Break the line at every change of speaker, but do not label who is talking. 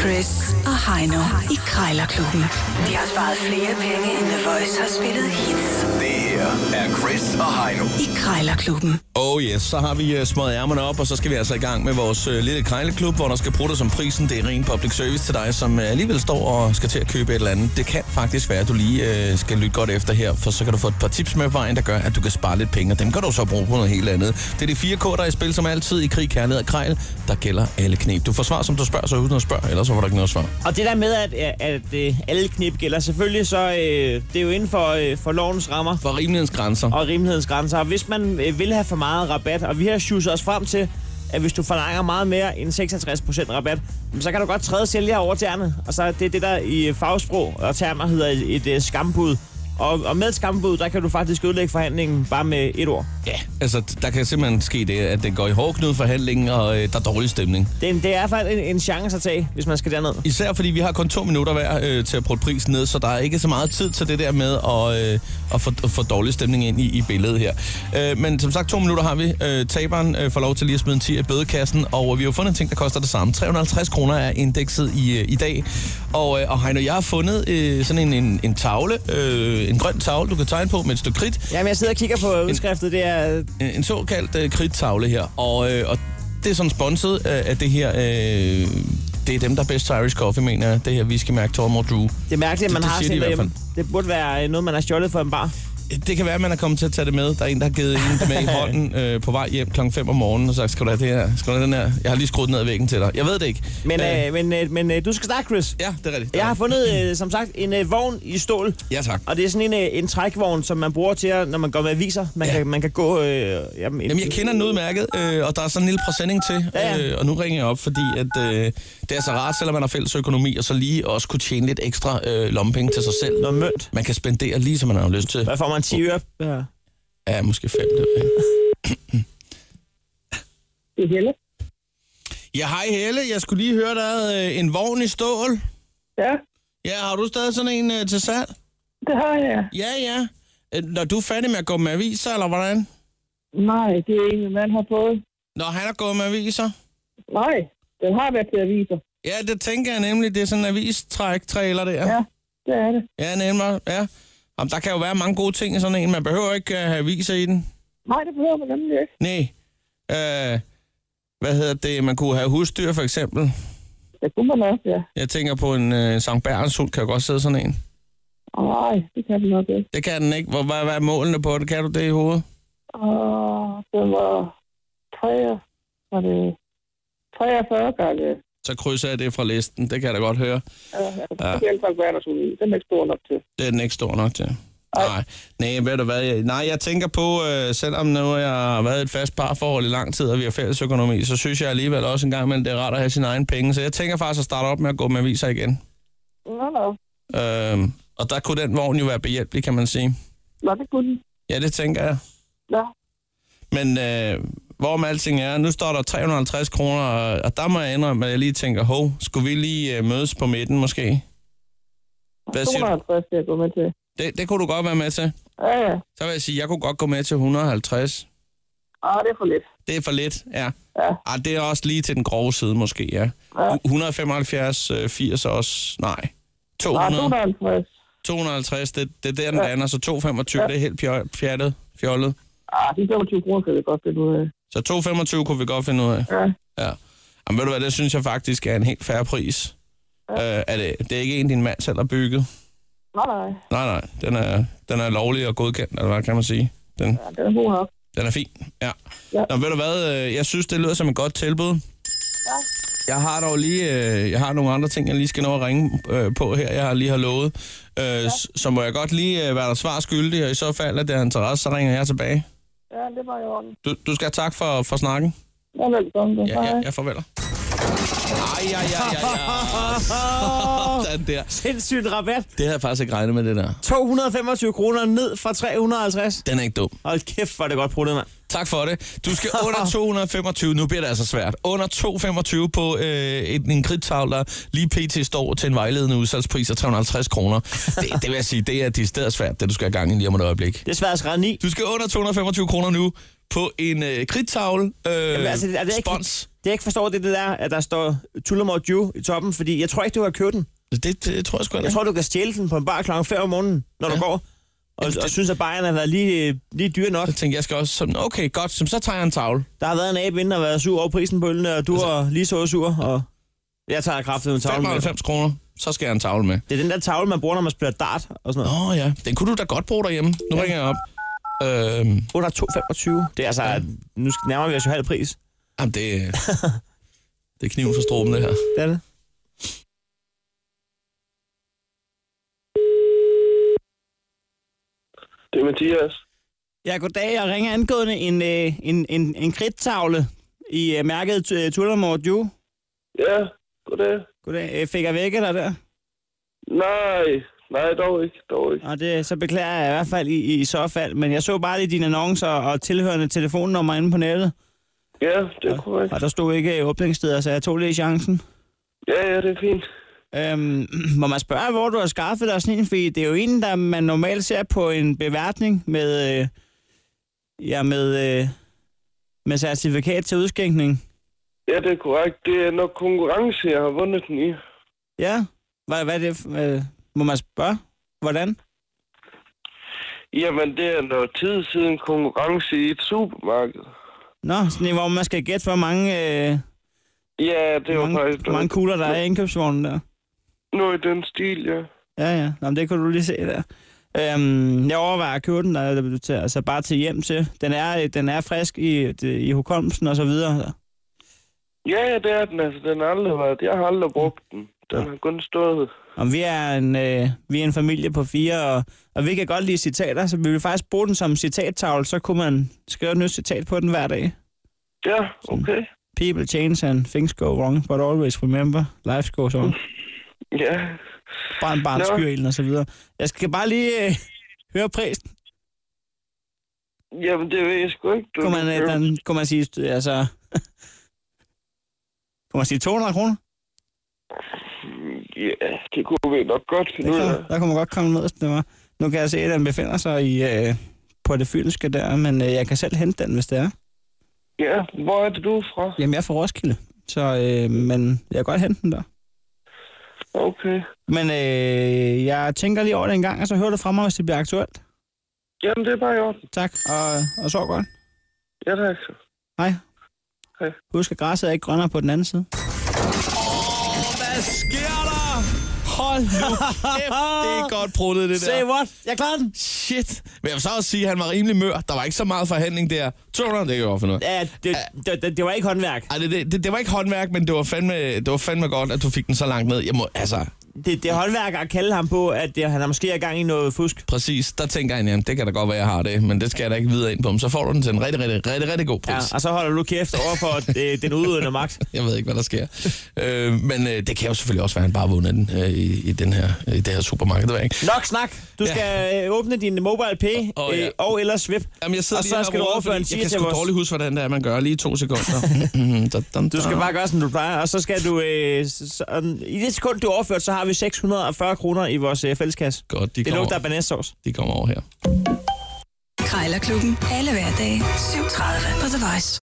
Chris og Heino i Krejlerklubben. De har sparet flere penge, end The Voice har spillet hits
Det her er Chris og Heino.
i Krejlerklubben.
Oh yes, så har vi uh, smået ærmerne op, og så skal vi altså i gang med vores uh, lille krejleklub, hvor der skal bruge som prisen. Det er ren public service til dig, som uh, alligevel står og skal til at købe et eller andet. Det kan faktisk være, at du lige uh, skal lytte godt efter her, for så kan du få et par tips med på vejen, der gør, at du kan spare lidt penge, og dem kan du så bruge på noget helt andet. Det er de fire K'er, der er i spil som altid i krig, kærlighed og krejl. Der gælder alle knep. Du får svar, som du spørger, så uden at spørge, ellers så var der ikke noget svar.
Og det der med, at, at, at øh, alle knip gælder, selvfølgelig så øh, det er jo inden for, øh, for lovens rammer
For rimelighedens grænser.
og rimelighedens grænser. Og hvis man øh, vil have for meget rabat, og vi har sjusset os frem til, at hvis du forlanger meget mere end 56% rabat, jamen, så kan du godt træde sælger over tæerne. Og så er det det, der i øh, fagsprog og termer hedder et, et, et skambud. Og, og med et skambud, der kan du faktisk ødelægge forhandlingen bare med et ord.
Ja, altså der kan simpelthen ske det, at det går i hårdknud forhandlingen, og øh, der er dårlig stemning.
Det, er en- det er i hvert fald en, en chance at tage, hvis man skal derned.
Især fordi vi har kun to minutter hver øh, til at prøve prisen ned, så der er ikke så meget tid til det der med at, øh, at få, at få dårlig stemning ind i, i billedet her. Øh, men som sagt, to minutter har vi. Øh, taberen øh, får lov til lige at smide en 10 i bødekassen, og øh, vi har jo fundet en ting, der koster det samme. 350 kroner er indekset i, øh, i dag. Og, øh, og Heino, jeg har fundet øh, sådan en, en, en tavle, øh, en grøn tavle, du kan tegne på med et stykke kridt.
Jamen, jeg sidder og kigger på udskriftet. Det er
Øh, en såkaldt øh, kridtavle her, og, øh, og det er sådan sponset øh, af det her... Øh, det er dem, der er bedst til Irish Coffee, mener jeg. Det her whiskymærke Tormor Drew.
Det er mærkeligt, at
Det- det
man det,
siger
har
de
sådan
i hvert
derhjemme. Det burde være øh, noget, man har stjålet for en bar.
Det kan være, at man er kommet til at tage det med. Der er en, der har givet en det med i hånden øh, på vej hjem klokken 5 om morgenen og sagt, skal du have det her? Skal du have den her? Jeg har lige skruet den ned ad væggen til dig. Jeg ved det ikke.
Men,
Øh,
øh, men, øh, men øh, du skal starte, Chris.
ja, det er rigtigt.
Jeg har fundet, øh, som sagt, en øh, vogn i stål.
Ja, tak.
Og det er sådan en, øh, en trækvogn, som man bruger til, at, når man går med aviser. Man,
Ja.
ja. kan, man kan gå... Øh, jamen, en,
Jamen, jeg kender den udmærket, øh, og der er sådan en lille præsending til,
Ja, ja.
øh, og nu ringer jeg op, fordi at, øh, det er så rart, selvom man har fælles økonomi, og så lige også kunne tjene lidt ekstra øh, lommepenge til sig selv.
Noget mønt.
Man kan spendere lige, som man har lyst til.
Hvad får man? 10 øre? Ja.
Ja, måske fem. Det ved jeg.
Det er Helle.
Ja, hej Helle. Jeg skulle lige høre, der er øh, en vogn i stål.
Ja,
Ja, har du stadig sådan en øh, til salg?
det har jeg.
Ja, ja. Øh, Når du er færdig med at gå med aviser, eller hvordan?
Nej, det er en, man har fået.
Når han er gået med aviser?
Nej, den har været til aviser.
Ja, det tænker jeg nemlig. Det er sådan en avistræk-trailer der.
Ja, det er det.
ja nemlig. Ja. Jamen, der kan jo være mange gode ting i sådan en. Man behøver ikke at have aviser i den.
Nej, det behøver man nemlig ikke.
Nej. Øh, hvad hedder det? Man kunne have husdyr, for eksempel.
Det kunne man også, ja.
Jeg tænker på en øh, Sankt Bærens hund, kan jo godt sidde sådan en.
Nej, det kan man nok ikke.
Det kan den ikke. Hvor, hvad, hvad er målene på det? Kan du det i hovedet?
Og det var 43, var det 43 gange.
Så krydser jeg det fra listen. Det kan jeg da godt høre.
Ja, ja. Det er altså verdensunion. Den er ikke stor nok til.
Det er den ikke stor nok til. Nej, nej, ved du hvad? Jeg, nej, jeg tænker på, øh, selvom nu jeg har været i et fast parforhold i lang tid, og vi har fælles økonomi, så synes jeg alligevel også en gang imellem, det er rart at have sine egne penge. Så jeg tænker faktisk at starte op med at gå med aviser igen.
Nå, nå.
Øh, og der kunne den vogn jo være behjælpelig, kan man sige.
Nå, det kunne den.
Ja, det tænker jeg.
Ja.
Men øh, hvorom alting er, nu står der 350 kroner, og, og der må jeg indrømme, at jeg lige tænker, hov, skulle vi lige øh, mødes på midten måske? Hvad siger du?
250 skal jeg gå med til.
Det, det kunne du godt være med til.
Ja, ja.
Så vil jeg sige, jeg kunne godt gå med til 150.
Ah, det er for lidt.
Det er for lidt, ja.
Ja.
Ah, det er også lige til den grove side måske, ja. 175, øh, 80 er også, nej.
Nej,
200,
250.
250, det, det er der, den lander, så 225, det er helt pjol- pjattet, fjollet.
Ah, de 25 kroner kan vi godt finde ud af.
Så 225 kunne vi godt finde ud af.
Ja.
Ja. Jamen ved du hvad, det synes jeg faktisk er en helt færre pris. Øh, er det, det er ikke en, din mand selv har bygget.
Nej, nej.
Nej, nej, den er, den er lovlig og godkendt, eller hvad kan man sige? Den,
Ja, den er god nok.
Den er fin, ja. ja.
Ja.
Nå, ved du hvad, øh, jeg synes, det lyder som et godt tilbud.
Ja.
Jeg har dog lige, øh, jeg har nogle andre ting, jeg lige skal nå at ringe øh, på her, jeg har lige har lovet. Øh, ja. Så må jeg godt lige øh, være der svar skyldig, og i så fald, at det er interesse, så ringer jeg tilbage.
Ja, det var i orden.
Du, du skal have tak for, for snakken.
Ja, velkommen.
Ja, ja, jeg farveler. Ej, ja, ja, ja, ja. Sådan der.
Sindssygt rabat.
Det havde jeg faktisk ikke regnet med, det der.
225 kroner ned fra 350.
Den er ikke dum.
Hold kæft, hvor er det godt brugt, mand.
Tak for det. Du skal under 225, nu bliver det altså svært, under 225 på øh, en, en kridtavle, der lige pt. står til en vejledende udsalgspris af 350 kroner. Det, det vil jeg sige, det er decideret svært, det du skal have gang i lige om et øjeblik.
Det er svært at skræde 9.
Du skal under 225 kroner nu på en øh, kridtavle øh, Jamen,
altså,
altså,
er det
det
ikke-
spons.
Det jeg ikke forstår, det er det der, at der står Tullamore Dew i toppen, fordi jeg tror ikke, du kan købe den.
Det, det, det tror jeg sgu heller
Jeg
ikke.
tror, du kan stjæle den på en bar klokken 5 om morgenen, når ja.
Ja.
du går. Og,
Jamen, det-
og synes, at bajerne har været lige, lige dyre nok.
Jeg tænkte, jeg skal også sådan, okay, godt, så så tager jeg en tavle.
Der har været en abe inden, der har været sur over prisen på ølene, og du
Altså-
har lige så sur, og jeg tager kraftet med tavlen med.
95 kroner, så skal jeg have en tavle med.
Det er den der tavle, man bruger, når man spiller dart og sådan noget.
Åh oh, ja, den kunne du da godt bruge derhjemme. Nu ringer jeg op. Øhm,
Under 2,25. Det er altså, nu skal- nærmer vi os jo halv pris.
jamen, det, det er kniven for struben, det her.
Det er det.
Det er Mathias.
Ja, goddag. Jeg ringer angående en, øh, en, en, en kridtavle i øh, mærket øh, Tullamore Dew.
Ja, goddag.
Goddag. Øh, fik jeg vækket dig der?
Nej, nej, dog ikke, dog ikke.
Og det, så beklager jeg i hvert fald i, i, i så fald. Men jeg så bare lige dine annoncer og tilhørende telefonnummer inde på nettet.
Ja, det er korrekt.
Og der stod ikke øh, åbningssteder, så jeg tog lige chancen.
Ja, ja, det er fint.
Øhm, må man spørge, hvor du har skaffet dig sådan en? Fordi det er jo en, der man normalt ser på en beværtning med, øh, ja, med, øh, med certifikat til udskænkning.
Ja, det er korrekt. Det er nok konkurrence, jeg har vundet den i.
Ja, hvad, hvad er det? f- Øh, må man spørge? Hvordan?
Jamen, det er noget tid siden konkurrence i et supermarked.
Nå, sådan en, hvor man skal gætte, hvor mange, øh,
Ja, det var
mange,
faktisk...
mange kugler, der er i indkøbsvognen der.
Noget i den stil, ja.
Ja, ja. Nå, men det kan du lige se der. Øhm, jeg overvejer at købe den, der, til, altså bare til hjem til. Den er, den er frisk i, i hukommelsen og så videre.
Ja, ja, det er den. Altså, den har aldrig været... Jeg har aldrig brugt den. Den har kun stået...
Og vi er en, øh, vi er en familie på fire, og, og vi kan godt lide citater, så vi vil faktisk bruge den som citattavle, så kunne man skrive et nyt citat på den hver dag.
Ja, okay.
People change and things go wrong, but always remember, life goes on.
Ja.
Barn, barn,
Nå.
skyr ilden og så videre. Jeg skal bare lige øh, høre prisen.
Jamen, det ved jeg sgu ikke. Du
Kunne man, øh, den, kunne man sige, altså... kunne man sige 200 kroner?
Ja, det kunne vi nok godt finde
Det
ud
kan,
af.
der kunne man godt komme ned, det var. Nu kan jeg se, at den befinder sig i, øh, på det fynske der, men øh, jeg kan selv hente den, hvis det er.
Ja, hvor er det, du er fra?
Jamen, jeg er fra Roskilde, så, øh, men jeg kan godt hente den der.
Okay.
Men øh, jeg tænker lige over det en gang, og så hører du fra mig, hvis det bliver aktuelt.
Jamen, det er bare i orden.
Tak, og, og sov godt.
Ja, tak.
Hej.
Hej.
Husk, at græsset er ikke grønnere på den anden side.
Hvad sker der? Hold nu kæft, det er godt pruttet, det der.
what? Jeg klarer den.
Shit. Men jeg vil så også sige, at han var rimelig mør. Der var ikke så meget forhandling der. 200, det kan jeg godt finde ud af.
Ja, det, det, det, det var ikke håndværk.
Ej, det, det, det, det, var ikke håndværk, men det var, fandme, det var fandme godt, at du fik den så langt ned. Jeg må, altså,
Det, det er håndværk at kalde ham på, at det, han har måske er i gang i noget fusk.
præcis. Der tænker jeg, jamen, det kan da godt være, jeg har det, men det skal jeg da ikke videre ind på. Men så får du den til en rigtig, rigtig, rigtig, rigtig god pris.
Ja, og så holder du kæft over for øh, den udøvende magt.
Jeg ved ikke, hvad der sker. øh, men øh, det kan jo selvfølgelig også være, at han bare har vundet den øh, i, i, den her, i det her supermarked. Det ved jeg ikke.
Nok snak. Du
Ja.
skal øh, åbne din mobile pay
Åh,
øh,
ja.
og eller svip.
Jamen, jeg sidder
og
lige
så
her
skal du
og roder,
overføre en
fordi Jeg
10
kan
til
sgu
vores.
dårligt huske, hvordan det er, man gør. Lige to sekunder. Da, da, da.
Du skal bare gøre, som du plejer, og så skal du... Øh, sådan, I det sekund, du er overført, så har vi 640 kroner i vores øh, fælleskasse.
Godt, de
Det
kommer,
lugter af banæssauce.
de kommer over her.
Krejlerklubben. Alle hverdage. 7.30 på The Voice.